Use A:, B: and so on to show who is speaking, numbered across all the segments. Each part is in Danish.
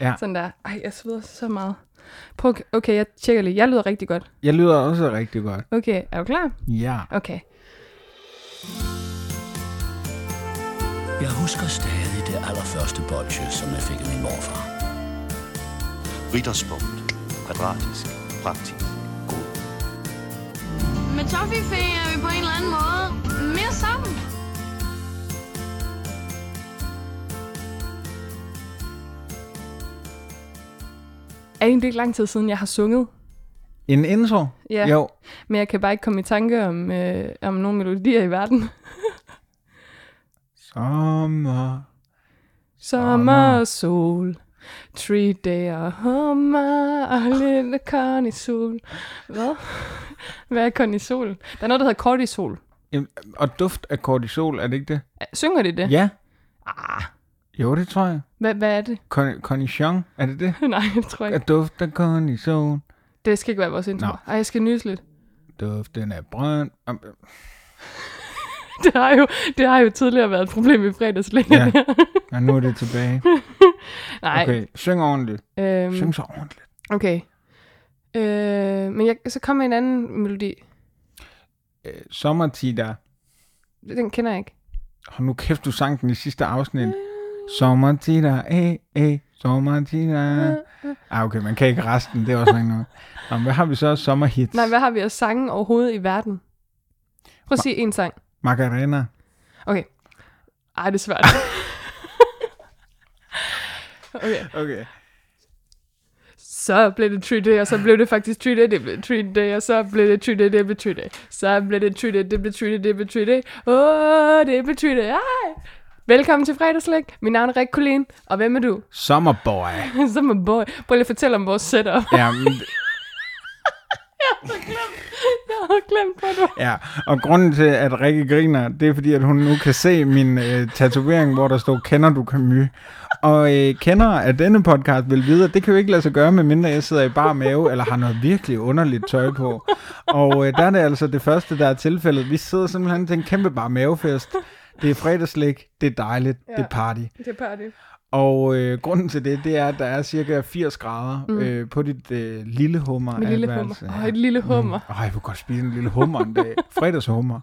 A: Ja.
B: Sådan der, ej, jeg sveder så meget. Prøv, okay, jeg tjekker lige. Jeg lyder rigtig godt.
A: Jeg lyder også rigtig godt.
B: Okay, er du klar?
A: Ja.
B: Okay.
C: Jeg husker stadig det allerførste bolsje, som jeg fik af min morfar.
D: Ritterspunkt. Kvadratisk. Praktisk. God.
E: Med Toffifee er vi på en eller anden måde mere sammen.
B: Er egentlig ikke lang tid siden, jeg har sunget.
A: En intro?
B: Ja.
A: Jo.
B: Men jeg kan bare ikke komme i tanke om, øh, om nogle melodier i verden.
A: Sommer.
B: Sommer og sol. Three day og hummer og lille kornisol. Hvad? Hvad er kornisol? Der er noget, der hedder kortisol.
A: Jamen, Og duft af kortisol, er det ikke det?
B: Synger de det?
A: Ja.
B: Ah,
A: Jo, det tror jeg.
B: hvad, hvad er det?
A: Con- Cornichon, er det det?
B: Nej, jeg tror ikke.
A: At duft af cornison,
B: Det skal ikke være vores intro.
A: Nå.
B: Ej, jeg skal nyse lidt.
A: duften af brønd. Am-
B: Det har, jo, det har jo tidligere været et problem i fredags længe.
A: Ja. Og nu er det tilbage.
B: Nej.
A: Okay, syng ordentligt.
B: Øhm,
A: Syng så ordentligt.
B: okay. Øh, men jeg, så kommer en anden melodi.
A: Øh, sommertid der.
B: Den kender jeg ikke.
A: Og nu kæft, du sang den i sidste afsnit. Sommertid der, æh, æh, sommertid der. Ah, okay, man kan ikke resten, det er også ikke noget. Nå, men hvad har vi så af sommerhits?
B: Nej, hvad har vi af sange overhovedet i verden? Prøv at sige en sang.
A: Macarena.
B: Ej, det er svært. okay.
A: Okay.
B: Så blev det 3D, og så blev det faktisk 3D, det blev 3D, og så blev det 3D, det blev 3D. Så blev det 3D, det blev 3D, det blev 3D. Åh, det blev 3D. Ej. Velkommen til fredagslæg. Mit navn er Rik Kulin, og hvem er du?
A: Sommerboy.
B: så er boy. Prøv lige at fortælle om vores setup.
A: Ja, men-
B: Jeg har glemt, hvad du
A: ja, og grunden til, at Rikke griner, det er fordi, at hun nu kan se min øh, tatovering, hvor der står, kender du Camus? Og øh, kendere af denne podcast vil vide, at det kan jo ikke lade sig gøre, medmindre jeg sidder i bar mave, eller har noget virkelig underligt tøj på. Og øh, der er det altså det første, der er tilfældet. Vi sidder simpelthen til en kæmpe bar mavefest. Det er fredagslæg, det er dejligt, ja. det er party.
B: Det er party.
A: Og øh, grunden til det, det er, at der er cirka 80 grader mm. øh, på dit øh, lille hummer.
B: Med lille hummer.
A: adværelse.
B: Åh, et lille hummer.
A: Åh, jeg kunne godt spise en lille hummer en dag. Fredagshummer.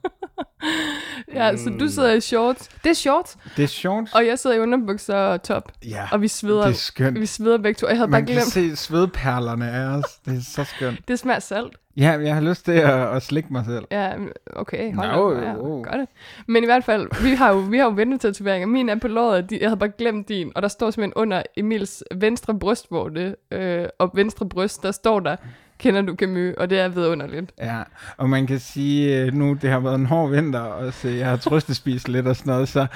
B: Ja, så
A: Mm.
B: du sidder i shorts. Det er shorts,
A: Det er sjovt.
B: og jeg sidder i underbukser og top.
A: Ja,
B: Og vi sveder.
A: det er skønt.
B: Vi sveder begge to. Jeg havde bare
A: Man kan
B: glemt.
A: se svedperlerne af os. Det er så skønt.
B: Det smager salt.
A: Ja, jeg har lyst til at, at slikke mig selv.
B: Ja, okay. Hold
A: Nå,
B: op. Ja,
A: jo.
B: Godt. Men i hvert fald, vi har jo, vi har jo ventetatoveringer. Min er på låret, og de- jeg havde bare glemt din. Og der står simpelthen under Emils venstre brystvorte øh, og venstre bryst, der står der, kender du Camus, og det er vidunderligt.
A: Ja, og man kan sige øh, nu, det har været en hård vinter, og så jeg har trøstespist lidt og sådan noget, så,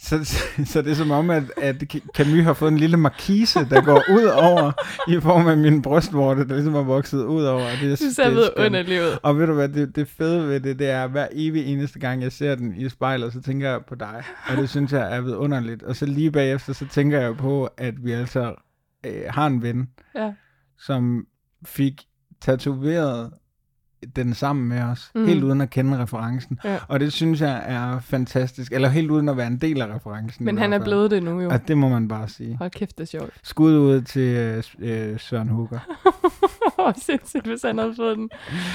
A: så, så, så det er som om, at, at Camus har fået en lille markise, der går ud over, i form af min brystvorte, der ligesom har vokset ud over. og Det, er-
B: Det ser
A: er skønt.
B: vidunderligt ud.
A: Og ved du hvad, det, det fede ved det, det er, at hver evig eneste gang, jeg ser den i spejlet, så tænker jeg på dig. Og det synes jeg er vidunderligt. Og så lige bagefter, så tænker jeg på, at vi altså øh, har en ven,
B: Ja.
A: som fik tatoveret den sammen med os, mm.
B: Mhm.
A: helt uden at kende referencen.
B: Ja.
A: Og det synes jeg er fantastisk. Eller helt uden at være en del af referencen.
B: Men
A: i
B: han
A: hvert
B: er
A: fald.
B: blevet det nu jo.
A: Og det må man bare sige.
B: Hold kæft, det er sjovt.
A: Skud ud til øh, S- øh, Søren Hugger.
B: Åh, sindssygt, hvis han havde fået den.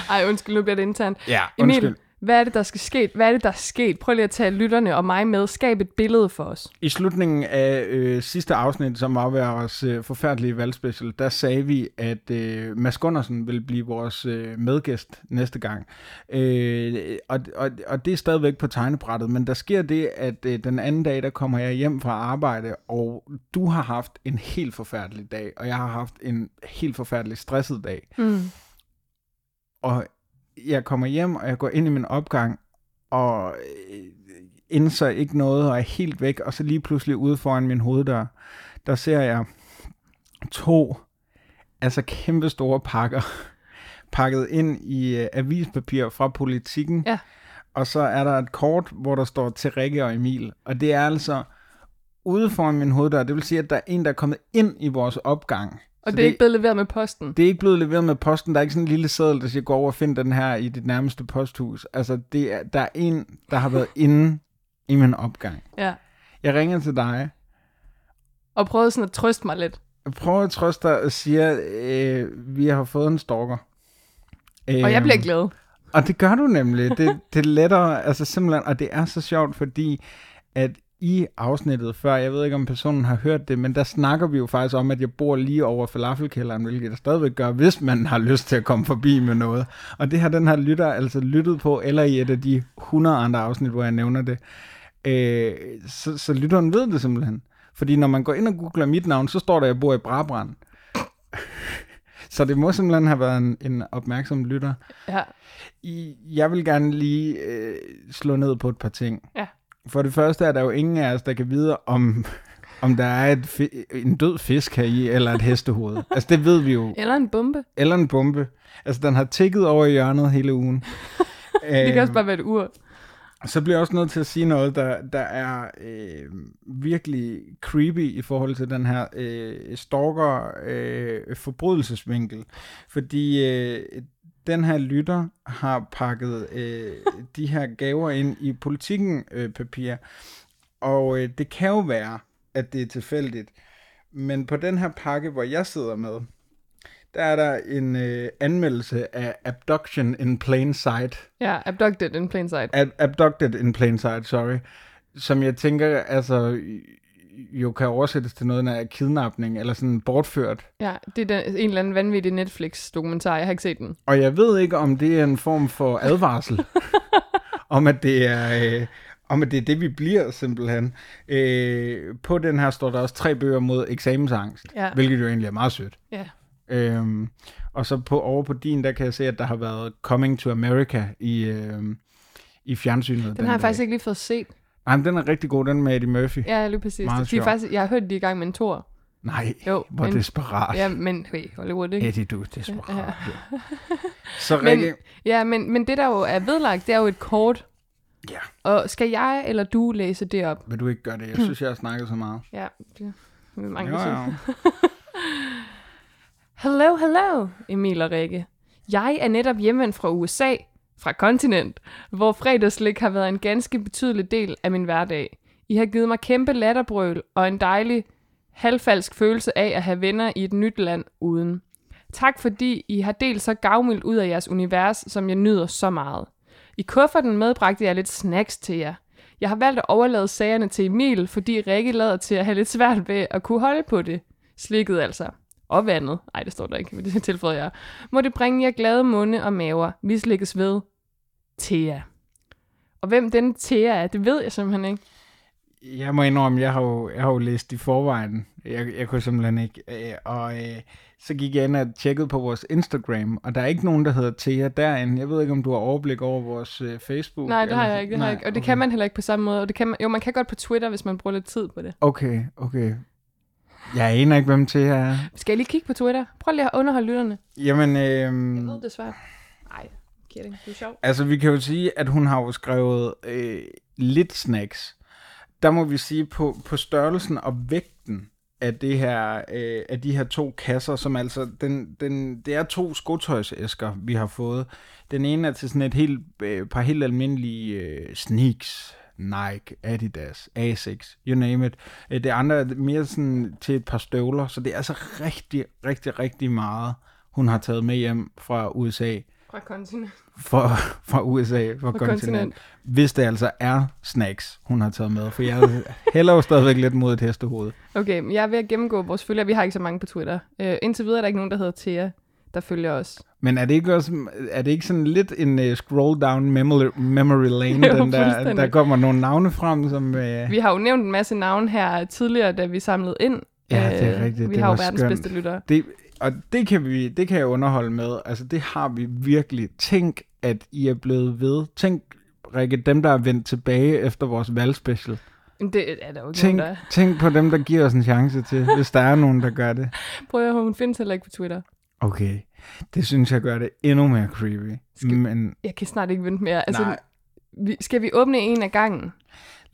B: Ej, undskyld, nu bliver det internt.
A: Ja,
B: Emil,
A: undskyld.
B: hvad er det, der skal ske? Hvad er det, der er sket? Prøv lige at tage lytterne og mig med. Skab et billede for os.
A: I slutningen af øh, sidste afsnit, som var ved vores øh, forfærdelige valgspecial, der sagde vi, at øh, Mads Gundersen vil blive vores øh, medgæst næste gang. Øh, og, og, og det er stadigvæk på tegnebrættet, men der sker det, at øh, den anden dag, der kommer jeg hjem fra arbejde, og du har haft en helt forfærdelig dag, og jeg har haft en helt forfærdelig stresset dag.
B: Mm.
A: Og jeg kommer hjem, og jeg går ind i min opgang, og øh, indser ikke noget, og er helt væk, og så lige pludselig ude foran min hoveddør, der ser jeg to, altså kæmpe store pakker, pakket ind i øh, avispapir fra politikken.
B: Ja.
A: Og så er der et kort, hvor der står til Rikke og Emil, og det er altså ude foran min hoveddør, det vil sige, at der er en, der er kommet ind i vores opgang.
B: Og
A: Så
B: det, det er ikke blevet leveret med posten.
A: det er ikke blevet leveret med posten. Der er ikke sådan en lille seddel, der siger, gå over og find den her i dit nærmeste posthus. Altså, det er, der er en, der har været inde i min opgang.
B: Ja.
A: Jeg ringer til dig,
B: Og prøvede sådan at trøste mig lidt.
A: Jeg prøver at trøste dig og siger, øh, vi har fået en stalker.
B: Og jeg
A: Øhm,
B: bliver glad.
A: Og det gør du nemlig. Det, det letter, altså simpelthen, og det er så sjovt, fordi at i afsnittet før, jeg ved ikke om personen har hørt det, men der snakker vi jo faktisk om, at jeg bor lige over falafelkælderen, hvilket jeg stadigvæk gør, hvis man har lyst til at komme forbi med noget. Og det har den her lytter altså lyttet på, eller i et af de 100 andre afsnit, hvor jeg nævner det. Øh, så, så lytteren ved det simpelthen. Fordi når man går ind og googler mit navn, så står der, at jeg bor i Brabrand. så det må simpelthen have været en, en opmærksom lytter.
B: Ja.
A: I, jeg vil gerne lige øh, slå ned på et par ting.
B: Ja.
A: For det første er der jo ingen af os, der kan vide, om, om der er et fi- en død fisk her i, eller et hestehoved. altså det ved vi jo.
B: Eller en bombe.
A: Eller en bombe. Altså den har tækket over i hjørnet hele ugen.
B: Det kan
A: Øhm,
B: også bare være et ur.
A: så bliver jeg også nødt til at sige noget, der, der er øh, virkelig creepy i forhold til den her øh, stalker-forbrydelsesvinkel. Fordi øh, den her lytter har pakket øh, de her gaver ind i politikken-papir. og øh, det kan jo være, at det er tilfældigt. Men på den her pakke, hvor jeg sidder med, der er der en øh, anmeldelse af Abduction in Plain Sight
B: Ja, abducted in plain sight.
A: ab- abducted in plain sight, sorry, som jeg tænker, altså, jo kan oversættes til noget, der er kidnapning, eller sådan bortført.
B: Ja, det er den, en eller anden vanvittig Netflix-dokumentar. Jeg har ikke set den.
A: Og jeg ved ikke, om det er en form for advarsel, om at det er... Øh, om at det er det, vi bliver simpelthen. Øh, på den her står der også tre bøger mod eksamensangst,
B: Ja.
A: hvilket jo egentlig er meget sødt.
B: Ja.
A: Øhm, og så på, over på din, der kan jeg se, at der har været Coming to America i, øhm, i fjernsynet. øh,
B: Den har jeg faktisk ikke lige fået set.
A: Ej, men den er rigtig god, den med Eddie Murphy.
B: Ja, lige præcis.
A: Meget
B: de er
A: sjovt.
B: faktisk, jeg har hørt, de er i gang med en tor.
A: Nej,
B: Jo,
A: jo, hvor
B: men-
A: men... desperat.
B: Ja, men hey, Hollywood, ikke?
A: Eddie, du er desperat.
B: Ja.
A: Ja. Så Rikke,
B: Men,
A: men...
B: ja, men, men det, der jo er vedlagt, det er jo et kort.
A: Ja.
B: Og skal jeg eller du læse det op?
A: vil du ikke gøre det? Jeg synes, jeg har snakket så meget.
B: Ja, det er Hmm. mange,
A: Jo,
B: der synes.
A: jo.
B: Hello, hello, Emil og Rikke. Jeg er netop hjemvendt fra USA, fra kontinent, hvor fredagslik har været en ganske betydelig del af min hverdag. I har givet mig kæmpe latterbrøl og en dejlig, halvfalsk følelse af at have venner i et nyt land uden. Tak fordi I har delt så gavmildt ud af jeres univers, som jeg nyder så meget. I kufferten medbragte jeg lidt snacks til jer. Jeg har valgt at overlade sagerne til Emil, fordi Rikke lader til at have lidt svært ved at kunne holde på det. Slikket altså. Og vandet. Ej, det står der ikke, men det tilføjer jeg. Må det bringe jer glade munde og maver. Vi slikkes ved. Thea. Og hvem den Thea er, det ved jeg simpelthen ikke.
A: Jeg må indrømme, jeg har jo, jeg har jo læst i forvejen. Jeg, jeg kunne simpelthen ikke. Øh, og øh, så gik jeg ind og tjekkede på vores Instagram, og der er ikke nogen, der hedder Thea derinde. Jeg ved ikke, om du har overblik over vores øh, Facebook.
B: Uh, Nej, det har
A: eller-
B: jeg ikke. Det har jeg ikke. Og det kan man heller ikke på samme måde. Og det kan man, jo, man kan godt på Twitter, hvis man bruger lidt tid på det.
A: Okay, okay. Jeg aner ikke, hvem Thea er.
B: Skal jeg lige kigge på Twitter? Prøv lige at underholde lytterne.
A: Jamen, øh,
B: Jeg ved det svært. Nej, kidding. Du er sjov.
A: Altså, vi kan jo sige, at hun har jo skrevet øh, lidt snacks. Der må vi sige på, på størrelsen og vægten af, det her, øh, af de her to kasser, som altså, den, den, det er to skotøjsæsker, vi har fået. Den ene er til sådan et helt, øh, par helt almindelige øh, sneaks, Nike, Adidas, Asics, you name it. Øh, Det andre er mere sådan til et par støvler, så det er altså rigtig, rigtig, rigtig meget, hun har taget med hjem fra USA
B: Fra kontinent.
A: fra, fra USA, fra, fra kontinent.
B: kontinent.
A: Hvis det altså er snacks, hun har taget med. For jeg hælder jo stadigvæk lidt mod et hestehoved.
B: Okay, men jeg er ved at gennemgå vores følgere. Vi har ikke så mange på Twitter. Øh, indtil videre er der ikke nogen, der hedder Thea, der følger os.
A: Men er det ikke, også, er det ikke sådan lidt en uh, scroll down memory, memory lane,
B: Jo,
A: den der,
B: fuldstændig.
A: der kommer nogle navne frem, som... Uh,
B: Vi har jo nævnt en masse navne her tidligere, da vi samlede ind.
A: Ja, det er
B: Øh,
A: rigtigt.
B: Vi
A: Det
B: har jo
A: var
B: verdens
A: skønt.
B: bedste lyttere.
A: det, og det kan, vi, det kan jeg underholde med. Altså, det har vi virkelig. Tænk, at I er blevet ved. Tænk, Rikke, dem, der er vendt tilbage efter vores valgspecial.
B: Men det er der jo ikke
A: Tænk,
B: nogen, der
A: tænk på dem, der giver os en chance til, hvis der er nogen, der gør det.
B: er. Prøv at høre, hun findes heller ikke på Twitter.
A: Okay, det synes jeg gør det endnu mere creepy.
B: Skal-
A: Skal... Men
B: Jeg kan snart ikke vente mere. Altså,
A: Nej.
B: Vi, skal vi åbne en af gangen?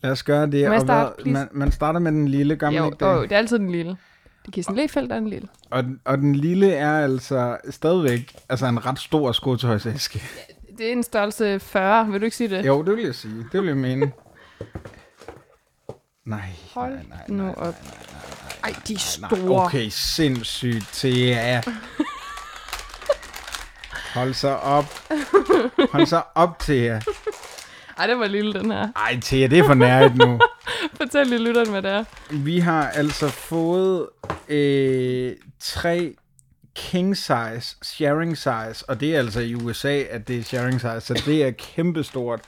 A: lad os gøre det.
B: Må jeg
A: og
B: starte,
A: hvad-
B: please?
A: man, man starter med den lille, gør man
B: jo,
A: ikke det?
B: åh, det er altid den lille. Det Kirsten Lefeldt er en lille.
A: Og, den- og den lille er altså stadigvæk altså en ret stor skotøjsæske.
B: Det er en størrelse 40, vil du ikke sige det?
A: Jo, det vil jeg sige. Det vil jeg mene. Nej,
B: Hold
A: nej, nej,
B: nu
A: nej,
B: op.
A: Nej, nej, nej,
B: Ej, de er
A: Nej,
B: store.
A: okay, sindssygt til ja. Hold så op. Hold så op, Thea.
B: Ej, det var lille, den her.
A: Ej, Thea, det er for nært nu.
B: Fortæl lige lytteren, hvad det er.
A: Vi har altså fået øh, tre king size, sharing size, og det er altså i USA, at det er sharing size, så det er kæmpestort,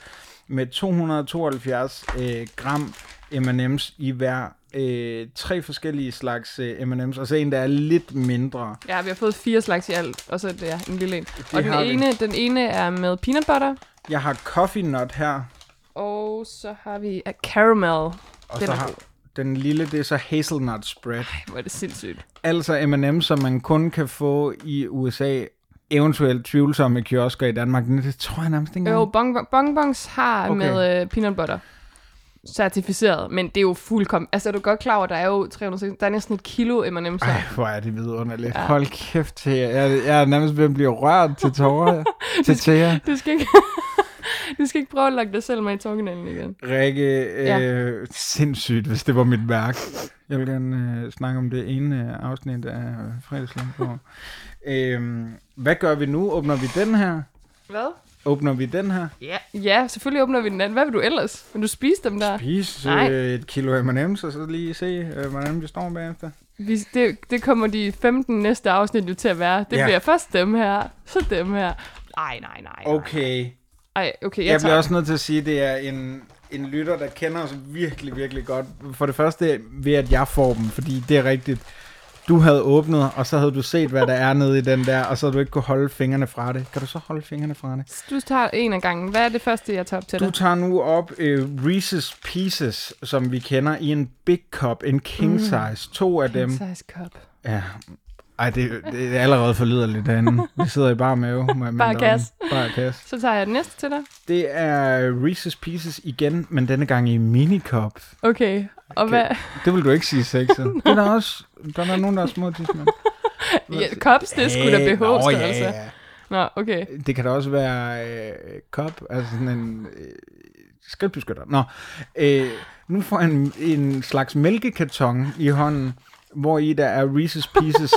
A: med 272 øh, gram M&M's i hver øh, tre forskellige slags øh, M&M's, og så en, der er lidt mindre.
B: Ja, vi har fået fire slags i alt, og så er det ja, en lille en. og den
A: har vi.
B: ene, den ene er med peanut butter,
A: Jeg har coffee nut her,
B: og så har vi uh, caramel.
A: og
B: Den
A: så
B: er
A: har
B: god.
A: den lille, det er så hazelnut spread.
B: Ej, hvor er det sindssygt.
A: Altså M&M, som man kun kan få i USA, eventuelt tvivlsomme kiosker i Danmark. Men det tror jeg nærmest ikke
B: Jo,
A: engang.
B: bonbon- bonbons har
A: Okay.
B: okay. med øh, peanut butter certificeret, men det er jo fuldkommen... Altså, er du godt klar over, der er jo 360... Der er næsten et kilo M&M's her.
A: Ej, hvor er det vidunderligt. Ja. Hold kæft, Thea. Jeg, jeg er nærmest ved at blive rørt til tårer. til Thea.
B: Du skal ikke... du skal ikke prøve at lokke dig selv med i tungkanalen igen.
A: Rikke, øh,
B: Ja.
A: sindssygt, hvis det var mit værk. Jeg vil gerne øh, snakke om det ene øh, afsnit af fredagslængdgård. øhm, hvad gør vi nu? Åbner vi den her?
B: Hvad?
A: Åbner vi den her?
B: Ja, selvfølgelig åbner vi den anden. Hvad vil du ellers? Vil du spise dem der?
A: Spise
B: Nej.
A: øh, et kilo M&M's, og så lige se, øh, hvordan vi står bagefter.
B: Vi, det, det kommer de 15 næste afsnit jo til at være. Det
A: Ja.
B: ja. bliver først dem her, så dem her. Ej, nej, nej. nej.
A: Okay.
B: Ej, okay, jeg,
A: Jeg bliver
B: tager.
A: også nødt til at sige, at det er en, en lytter, der kender os virkelig, virkelig godt. For det første ved, at jeg får dem, fordi det er rigtigt. Du havde åbnet, og så havde du set, hvad der er nede i den der, og så havde du ikke kunne holde fingrene fra det. Kan du så holde fingrene fra det?
B: Du tager en af gangen. Hvad er det første, jeg tager op til
A: Du
B: dig?
A: tager nu op øh, Reese's Pieces, som vi kender i en big cup, en king size. To af dem.
B: Mm. Size cup.
A: Ja. Ej, det, det er allerede forleder lidt andet. Vi sidder i bare mave. må jeg minde
B: Bare
A: om.
B: kasse.
A: Bare kasse.
B: Så tager jeg den næste til dig.
A: Det er Reese's Pieces igen, men denne gang i minikop.
B: Okay, og
A: Okay.
B: okay. hvad?
A: Det vil du ikke sige sexet. det er der også, der er nogen, der er små tismænd.
B: Ja, cups, det skulle da BH
A: nå, ja,
B: altså.
A: ja.
B: Nå, okay.
A: Det kan da også være øh, kop, altså sådan en øh, skridtbeskytter. Nå, øh, nu får han en slags mælkekarton i hånden, hvor i der er Reese's Pieces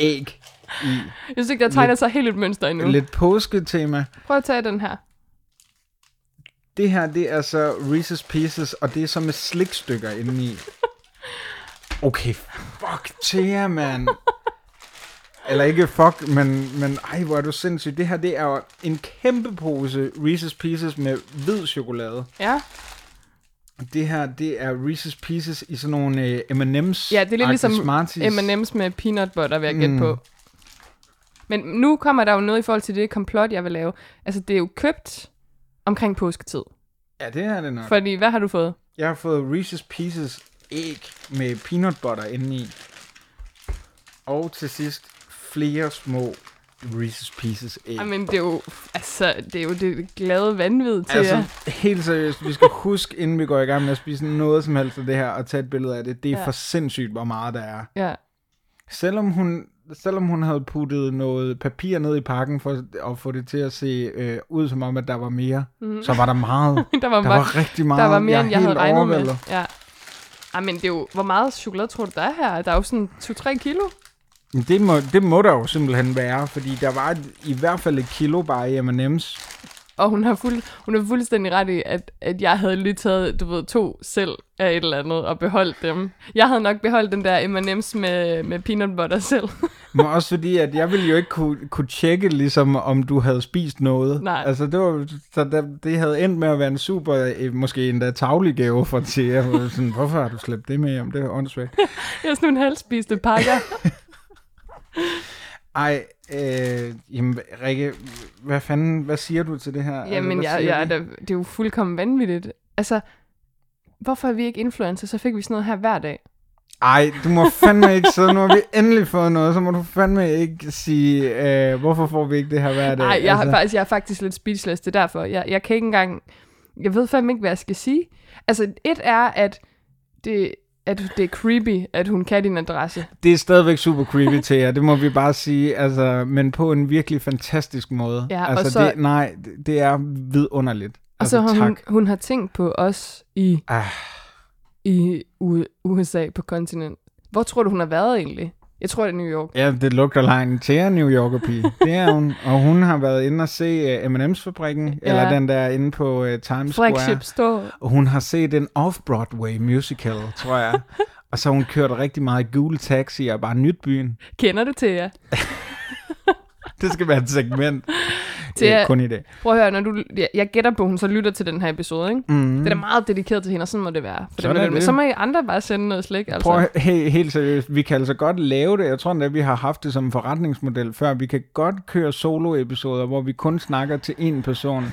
A: æg i.
B: Jeg synes ikke, der tegner sig helt et mønster endnu.
A: Lidt påsketema.
B: Prøv at tage den her.
A: Det her, det er så Reese's Pieces, og det er så med slikstykker indeni. Okay, fuck Thea, mand. Eller ikke fuck, men, men ej, hvor er du sindssyg. Det her, det er jo en kæmpe pose Reese's Pieces med hvid chokolade.
B: Ja,
A: Det her, det er Reese's Pieces i sådan nogle øh, M&M's.
B: ja det er lidt ligesom
A: Smarties.
B: M&M's med peanut butter, vil jeg gætte
A: Mm.
B: på. Men nu kommer der jo noget i forhold til det komplot, jeg vil lave. Altså, det er jo købt omkring påsketid.
A: Ja, det er det nok.
B: Fordi, hvad har du fået?
A: Jeg har fået Reese's Pieces æg med peanut butter indeni. Og til sidst flere små Reese's Pieces æg.
B: Jamen, det er jo, altså, det er jo det glade vanvid til altså,
A: Altså,
B: jer.
A: helt seriøst, vi skal huske, inden vi går i gang med at spise noget som helst af det her, og tage et billede af det. Det er ja.
B: Ja.
A: for sindssygt, hvor meget der er.
B: Ja.
A: Selvom hun, selvom hun havde puttet noget papir ned i pakken for at få det til at se øh, ud som om, at der var mere, mm. så var der meget.
B: Der var,
A: Der var rigtig meget.
B: Mhm. der var mere,
A: er
B: end jeg
A: helt
B: havde regnet med.
A: overvældet.
B: Ja. Ej, men det er jo, hvor meget chokolade tror du, der er her? Der er jo sådan 2-3 kilo.
A: Men Det må, det må der jo simpelthen være, fordi der var et, i hvert fald et kilo bare i M&M's.
B: Og hun har, fuld, hun har fuldstændig ret i, at, at jeg havde lige taget, du ved, to selv af et eller andet og beholdt dem. Jeg havde nok beholdt den der M&M's med, med peanut butter selv.
A: Men også fordi, at jeg ville jo ikke kunne, kunne tjekke, ligesom, om du havde spist noget.
B: Nej.
A: Altså, det, var, så der, det havde endt med at være en super, øh, måske endda tavlig gave for Thea. Hvor jeg var Sådan, Hvorfor har du slæbt det med hjem? Det er åndssvagt.
B: Jeg er sådan nogle halvspiste pakker.
A: Ej, øh, jamen, Rikke, hvad fanden, hvad siger du til det her? Altså,
B: Jamen,
A: hvad
B: jeg,
A: siger
B: jeg er
A: vi?
B: da, det er jo fuldkommen vanvittigt. Altså, hvorfor er vi ikke influencer? Så fik vi sådan noget her hver dag.
A: Ej, du må fandme ikke sidde. Nu har vi endelig fået noget, så må du fandme ikke sige, øh, hvorfor får vi ikke det her hver dag?
B: Nej, jeg, altså... faktisk, jeg er faktisk lidt speechless, det er derfor. Jeg, jeg kan ikke engang... Jeg ved fandme ikke, hvad jeg skal sige. Altså, et er, at det, at det er creepy, at hun kan din adresse.
A: Det er stadigvæk super creepy til jer, det må vi bare sige, altså, men på en virkelig fantastisk måde.
B: Ja, og
A: altså,
B: så-
A: det, nej, det- det er vidunderligt.
B: Og
A: Altså,
B: så har hun,
A: tak.
B: hun har tænkt på os i,
A: Ah.
B: i U- USA på kontinent. Hvor tror du, hun har været egentlig? Jeg tror, det er New York.
A: Ja, det lugter langt til en New Yorker pige. Det er hun. Og hun har været inde og se uh, M&M's fabrikken, ja. eller den der inde på uh, Times Square.
B: Flagship Store.
A: Og hun har set en off-Broadway musical, tror jeg. og så har hun kørt rigtig meget i gule taxi og bare nyt byen.
B: Kender du til jer?
A: Det skal være et segment.
B: Til-
A: Øh, kun i dag.
B: Prøv at høre, når du, jeg, jeg gætter på, at hun så lytter til den her episode, ikke? Mm. Det er da meget dedikeret til hende, og sådan må det være. For
A: Sådan
B: det,
A: er
B: men
A: det.
B: så må I andre bare sende noget slik, altså.
A: Prøv, at- he, helt seriøst, vi kan altså godt lave det. Jeg tror endda, vi har haft det som en forretningsmodel før. Vi kan godt køre solo-episoder, hvor vi kun snakker til én person,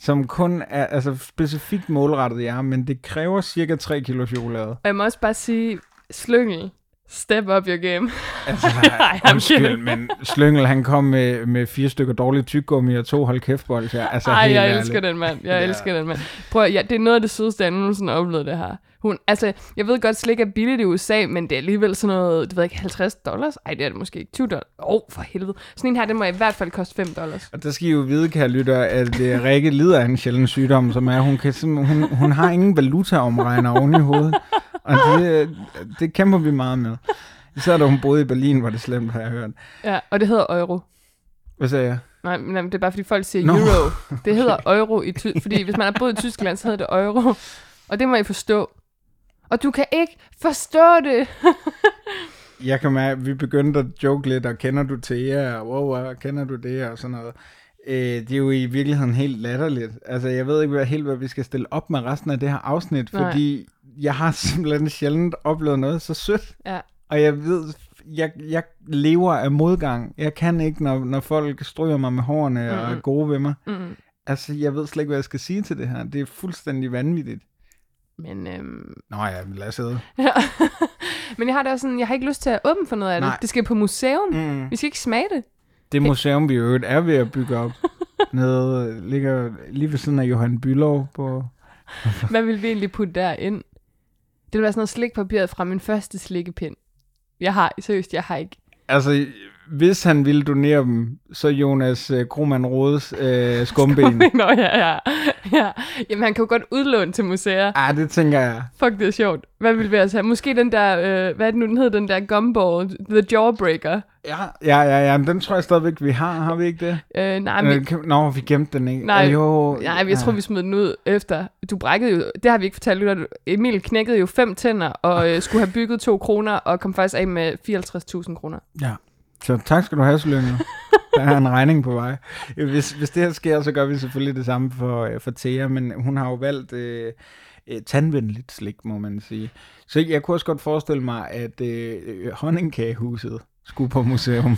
A: som kun er altså, specifikt målrettet jer, men det kræver cirka 3 kilo chokolade.
B: Og jeg må også bare sige, slyngel, step up your game.
A: Altså,
B: Ej, I'm
A: undskyld,
B: kidding.
A: men Slyngel, han kom med, med fire stykker dårlige tyggegummi og to hold kæft her. Altså,
B: Ej,
A: helt
B: jeg
A: ærligt.
B: elsker den mand. Jeg
A: Ja.
B: elsker den mand. Prøv at, ja, det er noget af det sødeste, jeg nogensinde har oplevet det her. Hun, altså, jeg ved godt, slik er billigt i USA, men det er alligevel sådan noget, det ved jeg ikke, 50 dollars? Ej, det er det måske ikke. 20 dollars? Åh, oh, for helvede. Sådan en her, den må i hvert fald koste 5 dollars.
A: Og der skal I jo vide, kære lytter, at øh, Rikke lider af en sjælden sygdom, som er, hun, kan simpelthen- hun, hun har ingen valutaomregner oven i hovedet. Og det, øh, det kæmper vi meget med. Især da hun boede i Berlin, var det slemt, har jeg hørt.
B: Ja, og det hedder euro.
A: Hvad sagde jeg?
B: Nej, men jamen, det er bare, fordi folk siger
A: Nå.
B: no. euro. Det hedder euro i Tyskland. Fordi hvis man har boet i Tyskland, så hedder det euro. Og det må I forstå. Og du kan ikke forstå det.
A: Jeg kan mærke, at vi begyndte at joke lidt, og kender du til jer, og wow, wow, kender du det, og sådan noget. Øh, det er jo i virkeligheden helt latterligt. Altså, jeg ved ikke hvad, helt, hvad vi skal stille op med resten af det her afsnit,
B: Nej.
A: fordi jeg har simpelthen sjældent oplevet noget så sødt.
B: Ja.
A: Og jeg ved, jeg, jeg lever af modgang. Jeg kan ikke, når, når folk stryger mig med hårene mm. og er gode ved mig.
B: Mm.
A: Altså, jeg ved slet ikke, hvad jeg skal sige til det her. Det er fuldstændig vanvittigt.
B: Men, øhm,
A: Nå ja, men lad os sidde.
B: ja. men jeg har det også sådan, jeg har ikke lyst til at åbne for noget af det.
A: Nej.
B: Det skal på museum.
A: Mm.
B: Vi skal ikke smage det.
A: Det museum, vi i øvrigt er ved at bygge op, nede, øh, ligger lige ved siden af Johan Bylov på...
B: Hvad ville vi egentlig putte derind? Det ville være sådan noget slikpapiret fra min første slikkepind. Jeg har, seriøst, jeg har ikke.
A: Altså, hvis han ville donere dem, så Jonas øh, Krohmann Rodes øh, skumben.
B: Nå, ja, ja, ja. Jamen, han kan jo godt udlåne til museer.
A: Ah, det tænker jeg.
B: Fuck, det er sjovt. Hvad ville vi altså have? Måske den der, øh, hvad er det nu, den hed, den der gumball, The Jawbreaker.
A: Ja, ja, ja, ja. men Den tror jeg stadigvæk, vi har. Har vi ikke det?
B: Øh, nej, men,
A: Jamen, kan... Nå, vi gemte den ikke.
B: Nej,
A: Ah, jo,
B: nej, men jeg tror, vi smed den ud efter. Du brækkede jo, det har vi ikke fortalt, lytter du. Emil knækkede jo fem tænder og øh, skulle have bygget to kroner og kom faktisk af med 54.000 kroner.
A: Ja. Så tak skal du have, Slyngel. Der er en regning på vej. Hvis, hvis det her sker, så gør vi selvfølgelig det samme for, øh, for Thea, men hun har jo valgt øh, øh, tandvenligt slik, må man sige. Så jeg kunne også godt forestille mig, at øh, øh, honningkagehuset skulle på museum.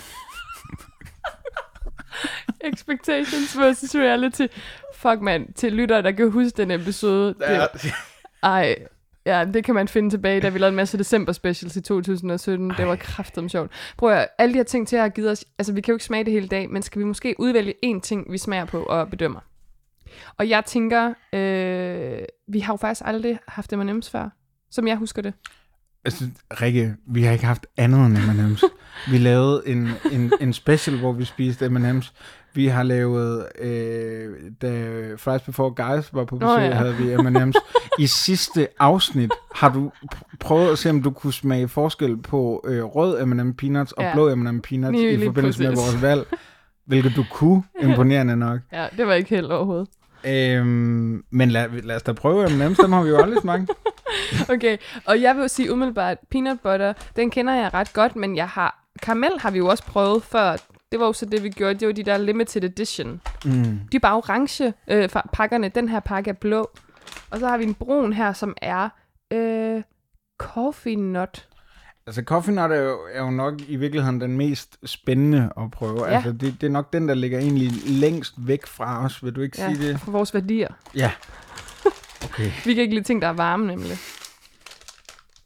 B: Expectations versus reality. Fuck, mand. Til lyttere, der kan huske den episode. Det, ej, ja, det kan man finde tilbage, da vi lavede en masse december specials i 2017. Det var kraftedeme sjovt. Prøv at høre, alle de her ting til at have givet os... Altså, vi kan jo ikke smage det hele dag, men skal vi måske udvælge én ting, vi smager på og bedømmer? Og jeg tænker, øh, vi har jo faktisk aldrig haft M&M's før, som jeg husker det.
A: Altså, Rikke, vi har ikke haft andet end M&M's. Vi lavede en, en, en special, hvor vi spiste M&M's. Vi har lavet, øh, da Fries Before Guys var på besøg, oh,
B: ja.
A: ja. havde vi M&M's. I sidste afsnit har du pr- prøvet at se, om du kunne smage forskel på øh, rød M&M peanuts og
B: Ja.
A: ja. blå M&M peanuts
B: Lige-
A: i
B: lige
A: forbindelse med
B: præcis.
A: vores valg, hvilket du kunne, imponerende nok.
B: Ja, det var ikke helt overhovedet.
A: Øhm, men lad, lad os da prøve M&M's, dem har vi jo aldrig smagt.
B: Okay, og jeg vil jo sige umiddelbart, peanut butter, den kender jeg ret godt, men jeg har, karamel har vi jo også prøvet før. Det var jo så det, vi gjorde. Det var de der limited edition.
A: Mm.
B: De er bare orange, øh, fa- pakkerne. Den her pakke er blå. Og så har vi en brun her, som er øh, coffee nut.
A: Altså Coffee Nut er jo, er jo nok i virkeligheden den mest spændende at prøve.
B: Ja.
A: Ja. Altså det, det er nok den, der ligger egentlig længst væk fra os, vil du ikke sige det?
B: for vores værdier.
A: Ja. Okay.
B: Vi kan ikke lide ting, der er varme, nemlig.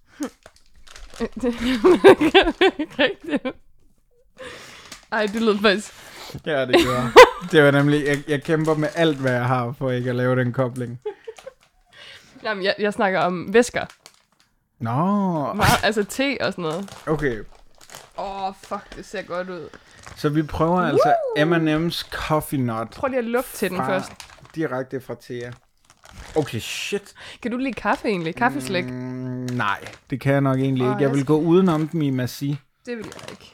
B: Øh, Det er ikke rigtigt. Ej, det lød faktisk...
A: Ja, det gør jeg. Det var nemlig, jeg, jeg kæmper med alt, hvad jeg har, for ikke at lave den kobling.
B: Jamen, jeg, jeg snakker om væsker.
A: Nå,
B: Meget, altså te og sådan noget.
A: okay.
B: Åh, oh, fuck, det ser godt ud.
A: Så vi prøver altså M&M's Coffee Nut
B: Prøv lige at lugte til den
A: fra,
B: først.
A: direkte fra Thea. Okay, shit.
B: Kan du lide kaffe egentlig? Kaffeslik? Mm.
A: Mm, nej, det kan jeg nok egentlig
B: Åh,
A: ikke. Jeg
B: jeg
A: vil
B: skal-
A: gå udenom dem i Massi.
B: Det vil jeg ikke.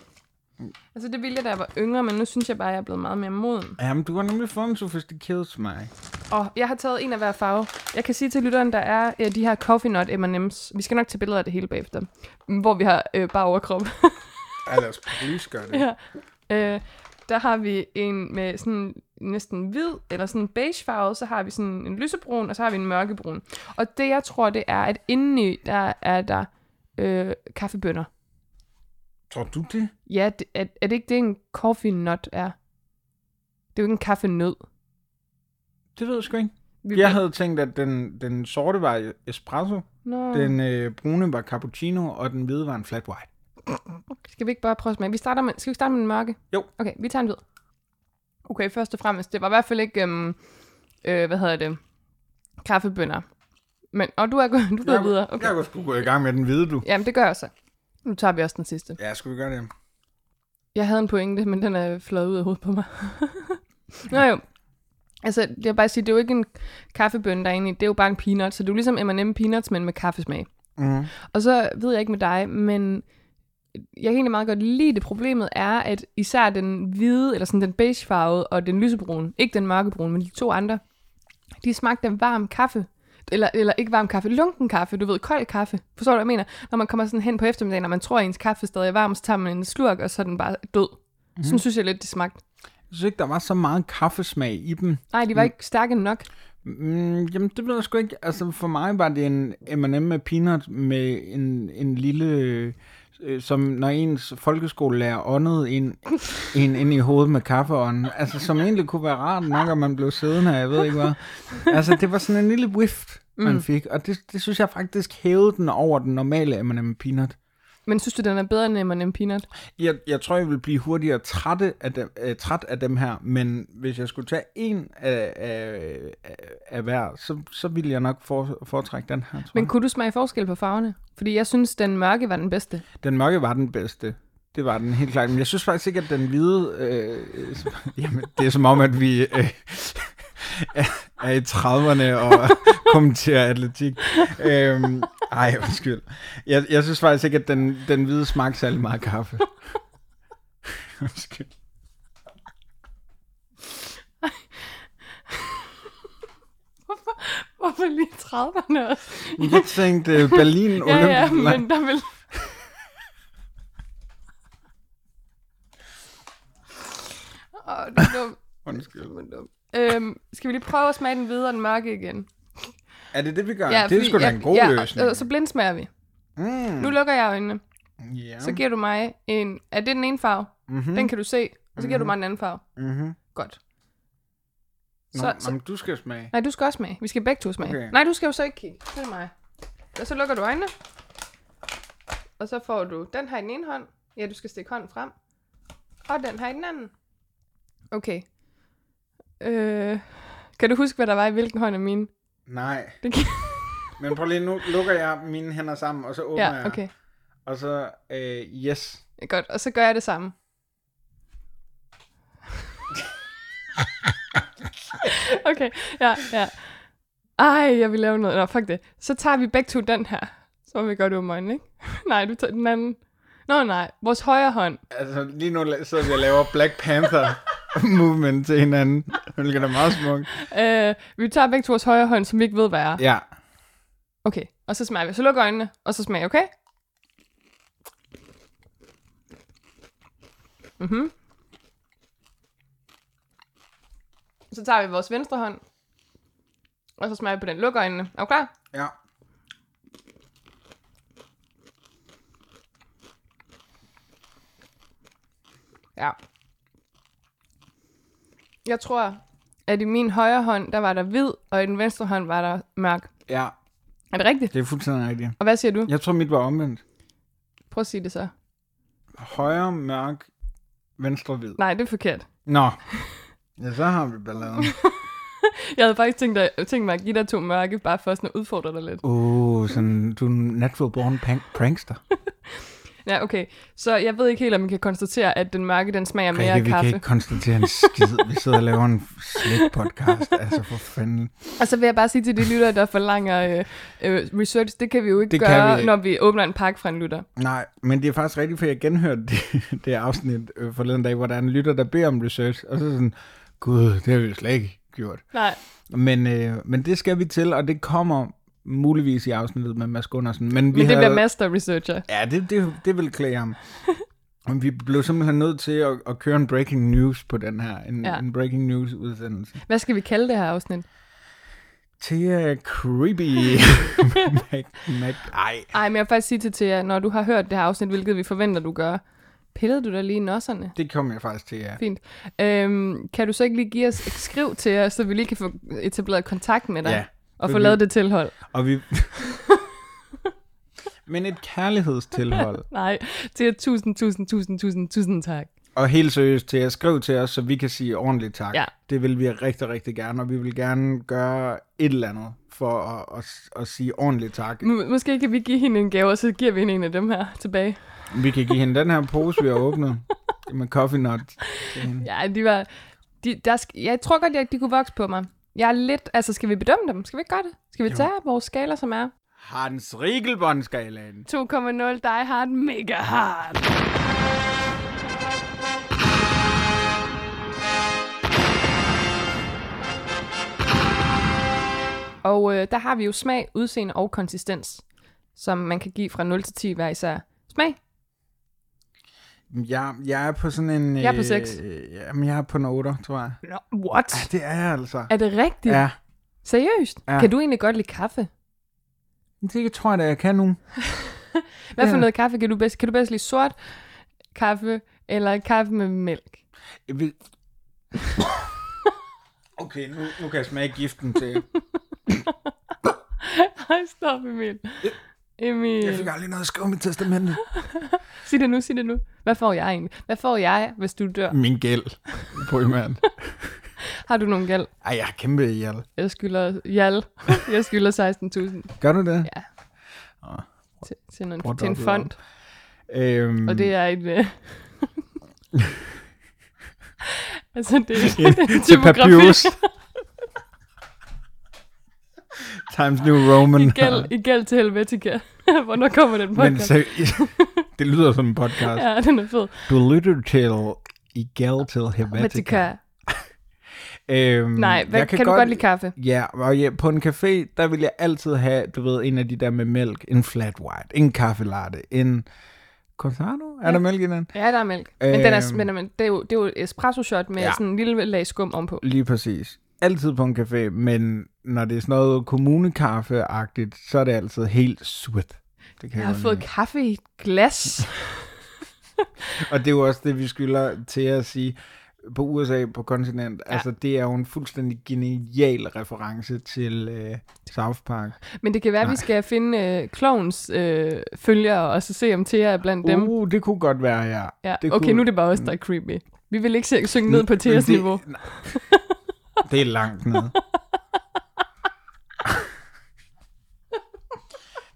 B: Altså, det ville jeg, da jeg var yngre, men nu synes jeg bare, at jeg er blevet meget mere moden.
A: Jamen, du har nemlig fået en sofistikeret smag.
B: Og jeg har taget en af hver farve. Jeg kan sige til lytteren, der er øh, de her coffee nut M&M's. Vi skal nok tage billeder af det hele bagefter. Hvor vi har øh, bare overkrop.
A: Ej, lad os please gøre det.
B: Ja. øh, der har vi en med sådan næsten hvid, eller sådan beige farve, så har vi sådan en lysebrun, og så har vi en mørkebrun. Og det, jeg tror, det er, at indeni, der er der øh, kaffebønder.
A: Tror du det?
B: Ja, det, er, er det ikke det, en coffee nut er? Det er jo ikke en kaffenød.
A: Det ved jeg sgu ikke.
B: Vi
A: Jeg havde tænkt, at den, den sorte var espresso,
B: Nå,
A: den øh, brune var cappuccino, og den hvide var en flat white.
B: skal vi ikke bare prøve at smage? Vi starter med, skal vi starte med den mørke?
A: Jo.
B: Okay, vi tager en hvid. Okay, først og fremmest, det var i hvert fald ikke, øhm, øh, hvad hedder det, kaffebønder. Men, og du er gået, du er gået videre. Okay.
A: Jeg kunne sgu gå i gang med den hvide, du.
B: Jamen, det gør jeg så. Nu tager vi også den sidste.
A: Ja, skal vi gøre det?
B: Jeg havde en pointe, men den er flået ud af hovedet på mig. Nå jo. Altså, jeg vil bare sige, det er jo ikke en kaffebønne, der er inde i. Det er jo bare en peanut, så det er jo ligesom M&M peanuts, men med kaffesmag.
A: Mm.
B: Og så ved jeg ikke med dig, men jeg kan egentlig meget godt lide det. Problemet er, at især den hvide, eller sådan den beigefarvede og den lysebrune, ikke den mørkebrune, men de to andre, de smagte af varm kaffe. Eller, eller ikke varm kaffe, lunken kaffe, du ved, kold kaffe. Forstår du, hvad jeg mener? Når man kommer sådan hen på eftermiddagen, og man tror, at ens kaffe stadig er varm, så tager man en slurk, og så er den bare død. Mm. Sådan synes jeg lidt, det smagte.
A: Jeg synes ikke, der var så meget kaffesmag i dem.
B: Nej, de var ikke stærke nok.
A: Mm, jamen, det ved jeg sgu ikke. Altså, for mig var det en M&M med peanut med en, en lille... Øh, som når ens folkeskolelærer åndede ind, ind, ind i hovedet med kaffeånden. Altså, som egentlig kunne være rart nok, at man blev siddende her, jeg ved ikke hvad. Altså, det var sådan en lille whiff, man fik. Og det, det synes jeg faktisk hævede den over den normale M&M peanut.
B: Men synes du, den er bedre end M&M peanut?
A: Jeg, jeg tror, jeg vil blive hurtigere trætte af dem, øh, træt af dem her, men hvis jeg skulle tage en af, af, af- af hver, så, så ville jeg nok for, foretrække den her, tror
B: Men
A: men,
B: kunne du smage forskel på farverne? Fordi jeg synes, den mørke var den bedste.
A: Den mørke var den bedste. Det var den helt klart. Men jeg synes faktisk ikke, at den hvide... Øh, øh, som- jamen, det er som om, at vi øh, er- er i 30'erne og kommenterer atletik. Øhm, ej, undskyld. Jeg, jeg synes faktisk ikke, at den, den hvide smagte særlig meget kaffe. undskyld.
B: Hvorfor, hvorfor lige 30'erne også?
A: Jeg tænkte øh, Berlin
B: Ja,
A: Olympic.
B: ja, men der vil... Åh, oh, det er dumt.
A: Undskyld.
B: Det er dumt. Øhm, skal vi lige prøve at smage den hvide og den mørke igen?
A: Er det det, vi gør? det er sgu da
B: jeg-
A: en god
B: ja, og-
A: løsning.
B: Og, så blindsmager vi.
A: mm,
B: Nu lukker jeg øjnene.
A: ja.
B: Så giver du mig en... Er det den ene farve?
A: mm-hmm.
B: Den kan du se. Og så giver du mig den anden farve.
A: Mm-hmm.
B: Godt.
A: Nå,
B: Så,
A: så,
B: så,
A: Jamen, du skal smage.
B: nej, du skal også smage. Vi skal begge to smage.
A: Okay.
B: Nej, du skal jo så ikke kigge. Det er mig. Og så lukker du øjnene. Og så får du den her i den ene hånd. Ja, du skal stikke hånden frem. Og den her i den anden. Okay. Øh, kan du huske, hvad der var i hvilken hånd af mine?
A: Nej,
B: Det kan...
A: men prøv lige, nu lukker jeg mine hænder sammen, og så åbner
B: Ja,
A: jeg.
B: okay.
A: Og så, øh, yes.
B: Godt, og så gør jeg det samme. okay, ja, ja. Ej, jeg vil lave noget. Nå, fuck det. Så tager vi begge to den her. Så må vi godt åbne øjnene, ikke? Nej, du tager den anden. Nå nej, vores højre hånd.
A: Altså, lige nu la- sidder vi og laver Black Panther movement til hinanden, hvilket er meget smukt.
B: Øh, vi tager begge to vores højre hånd, som vi ikke ved, hvad er.
A: Ja.
B: Okay, og så smager vi. Så luk øjnene, og så smager okay? Mhm. Så tager vi vores venstre hånd, og så smager vi på den. Luk øjnene. Er du klar?
A: Ja.
B: Ja. Jeg tror, at i min højre hånd, der var der hvid, og i den venstre hånd var der mørk.
A: Ja,
B: Er det rigtigt?
A: det er fuldstændig rigtigt.
B: Og hvad siger du?
A: Jeg tror, mit var omvendt.
B: Prøv at sige det så.
A: Højre, mørk, venstre, hvid.
B: Nej, det er forkert.
A: Nå. Ja, så har vi balladen.
B: Jeg havde faktisk tænkt, dig, tænkt mig at give dig to mørke, bare for sådan at udfordre dig lidt.
A: Åh, oh, sådan, du er en natural born prank- prankster.
B: Ja, okay. Så jeg ved ikke helt, om vi kan konstatere, at den mørke, den smager mere
A: Rikke,
B: af
A: vi kan
B: kaffe.
A: ikke konstatere en skid. Vi sidder og laver en slik podcast. Altså for fanden.
B: Og så Altså, vil jeg bare sige til de lyttere, der forlanger øh, øh, research, det kan vi jo ikke
A: Det kan
B: gøre,
A: vi ikke.
B: når vi åbner en pakke fra en lytter.
A: Nej, men det er faktisk rigtigt, for jeg genhørte det, det afsnit øh, forleden dag, hvor der er en lytter, der beder om research, og så sådan, gud, det har vi jo slet ikke gjort.
B: Nej.
A: Men, øh, men det skal vi til, og det kommer muligvis i afsnittet med Mads Gundersen. Men, vi
B: Men det
A: havde-
B: bliver master researcher.
A: Ja, det, det, det vil klæde ham. Men vi blev simpelthen nødt til at, at køre en breaking news på den her. En,
B: Ja.
A: ja. en breaking news udsendelse.
B: Hvad skal vi kalde det her afsnit?
A: Thea Creepy. Mac, Mac, ej.
B: Ej, men jeg vil faktisk sige til Thea, når du har hørt det her afsnit, hvilket vi forventer, du gør, pillede du da lige nosserne?
A: Det kom jeg faktisk til, ja.
B: Fint. Øhm, kan du så ikke lige give os skriv til os, så vi lige kan få etableret kontakt med dig?
A: Ja.
B: Og få
A: Vil vi-
B: lavet det tilhold.
A: Og vi... Men et kærlighedstilhold.
B: Nej, til at tusind, tusind, tusind, tusind, tusind tak.
A: Og helt seriøst til at skrive til os, så vi kan sige ordentligt tak.
B: Ja.
A: Det vil vi rigtig, rigtig gerne, og vi vil gerne gøre et eller andet for at, at, at sige ordentligt tak.
B: M- måske kan vi give hende en gave, og så giver vi hende en af dem her tilbage.
A: Vi kan give hende den her pose, vi har åbnet med coffee nut. til hende.
B: Ja, de var... De, der sk- jeg tror godt, at de kunne vokse på mig. Jeg er lidt... Altså, skal vi bedømme dem? Skal vi ikke gøre det? Skal vi tage vores skala, som er
A: Hans Riegelbåndskalaen.
B: 2,0 Die Hard Mega Hard? Og øh, der har vi jo smag, udseende og konsistens, som man kan give fra 0 til 10 hver især. Smag?
A: Jeg, jeg er på sådan en...
B: Jeg er på seks.
A: Øh, jamen, jeg er på en 8, tror jeg.
B: No, what?
A: Ja, det er jeg altså.
B: Er det rigtigt?
A: Ja,
B: Seriøst?
A: Ja.
B: Kan du egentlig godt lide kaffe?
A: det tror jeg da, jeg kan nu.
B: Hvad for
A: Ja.
B: noget kaffe kan du bedst? Kan du bedst lide sort kaffe eller kaffe med mælk?
A: Jeg vil... Okay, nu, nu kan jeg smage giften til.
B: Ej, stop Emil.
A: Jeg fik
B: Emil,
A: aldrig noget at skrive i mit testamente.
B: sig det nu, sig det nu. Hvad får jeg egentlig? Hvad får jeg, hvis du dør?
A: Min gæld. Primært.
B: Har du nogen gæld?
A: Ej, jeg har kæmpe ihjel.
B: Jeg skylder, jal. Jeg skylder 16.000
A: Gør du det?
B: Ja. til, til, en,
A: Prøv at
B: til en
A: doble
B: fond.
A: Øhm,
B: Og det er en... Øh... altså, det er
A: en,
B: en
A: til
B: typografi.
A: papyrus. Times New Roman.
B: I gæld, I gæld til Helvetica. Hvornår kommer den
A: Men
B: podcast?
A: seriøst, det lyder som en podcast.
B: Ja, den er fed.
A: Du lytter til I gæld til Helvetica.
B: Helvetica.
A: Øhm,
B: Nej, hvad,
A: jeg
B: kan, kan du godt lide kaffe?
A: Ja, og ja, på en café, der vil jeg altid have, du ved, en af de der med mælk. En flat white, en kaffelatte, en... Cortado? Er
B: Ja.
A: der mælk i den?
B: Ja, der er mælk. Men, den er,
A: Øhm.
B: men, men det, er jo, det er jo et espresso shot med ja.
A: Ja.
B: sådan en lille lag skum ovenpå.
A: Lige præcis. Altid på en café, men når det er sådan noget kommunekaffe-agtigt, så er det altid helt sweet. Det kan
B: Jeg har
A: godt
B: fået
A: lide.
B: kaffe i et glas.
A: Og det er jo også det, vi skylder til at sige på USA, på kontinent. Ja. Altså, det er jo en fuldstændig genial reference til øh, South Park.
B: Men det kan være, at vi skal finde øh, klovens øh, følgere, og så se, om Thea er blandt dem.
A: Uh, det kunne godt være, ja.
B: Ja.
A: det
B: Okay,
A: kunne- Mm.
B: nu er det bare os, der er creepy. Vi vil ikke se- synge ned på
A: Men
B: Theas
A: det-
B: niveau.
A: nej. Det er langt ned.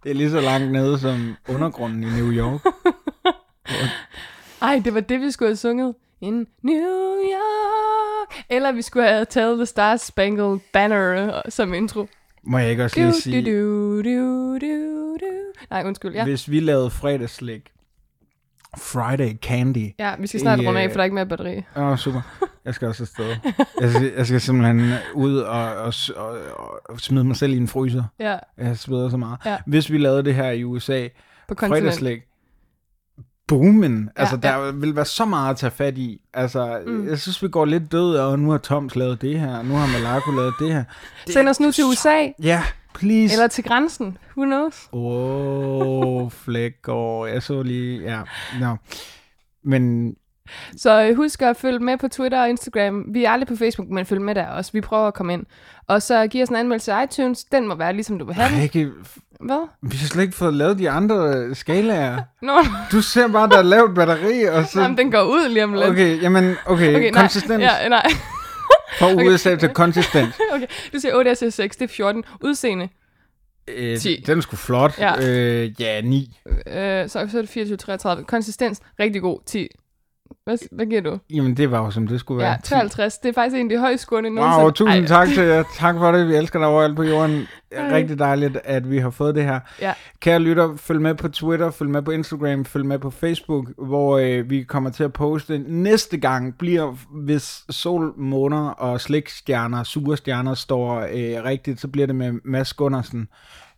A: Det er lige så langt nede som undergrunden i New York.
B: Ej, det var det, vi skulle have sunget. In New York. Eller vi skulle have taget The Star Spangled Banner øh, som intro.
A: Må jeg ikke også
B: Du,
A: lige
B: du,
A: sige,
B: du, du, du, du. Nej, undskyld. Ja,
A: hvis vi lavede fredagslik, Friday Candy.
B: ja vi skal snart
A: i,
B: runde af,
A: øh,
B: for der er ikke mere batteri.
A: Åh, oh, super. Jeg skal også afsted. Jeg skal, jeg skal simpelthen ud og, og, s- og, og smide mig selv i en fryser.
B: Ja,
A: Jeg sveder så meget.
B: Ja.
A: Hvis vi lavede det her i USA,
B: på kontinent.
A: fredagslæg. Boomen. Altså,
B: Ja,
A: ja,
B: ja.
A: ja. der vil være så meget at tage fat i. Altså, mm. jeg synes, vi går lidt døde, og nu har Toms lavet det her, og nu har Malaco lavet det her. Det,
B: Send os nu til USA,
A: Ja, please.
B: eller til grænsen. Who knows?
A: Wow, flækker. Jeg så lige, ja. No. Men
B: Så øh, husk at følge med på Twitter og Instagram. Vi er aldrig på Facebook, men følg med der også. Vi prøver at komme ind. Og så giv os en anmeldelse i iTunes. Den må være ligesom du vil have den.
A: Rikke,
B: Hvad?
A: vi har slet ikke fået lavet de andre skalaer.
B: Nå,
A: Du ser bare, der er lavt batteri, og så...
B: jamen, den går ud lige om lidt.
A: Okay, jamen, okay, okay konsistens.
B: Nej, ja, nej.
A: Fra USA til konsistens.
B: Okay. Du siger 8, jeg siger 6, det er 14. Udseende.
A: Øh,
B: Ti.
A: den er sgu flot.
B: Ja.
A: øh, ja 9.
B: Øh, så, så er det 24, 33. Konsistens, rigtig god, 10. Hvad, hvad giver du?
A: Jamen, det var jo, som det skulle være.
B: Ja, 53. Det er faktisk en af de højst scorende nogensinde.
A: Wow, tusind
B: Ej,
A: tak til jer. Tak for det. Vi elsker dig overalt på jorden. Rigtig dejligt, at vi har fået det her.
B: Ja.
A: Kære lytter, følg med på Twitter, følg med på Instagram, følg med på Facebook, hvor øh, vi kommer til at poste. Næste gang bliver, hvis sol, måner og slikstjerner, sure stjerner står øh, rigtigt, så bliver det med Mads Gunnarsen.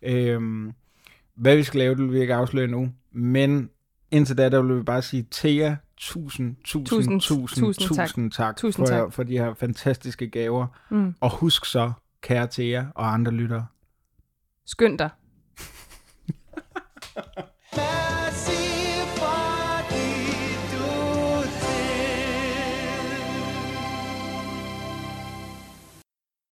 A: Øhm, hvad vi skal lave, det vil vi ikke afsløre nu. Men indtil da, der vil vi bare sige, Thea, tusind, tusind,
B: Tusind,
A: tusind, tusind, tusind
B: tusind
A: tak,
B: tak.
A: tusind tak,
B: Tusind
A: for,
B: tak.
A: for de her fantastiske gaver.
B: Mm.
A: Og husk så, kære Thea og andre lyttere,
B: Skynd dig.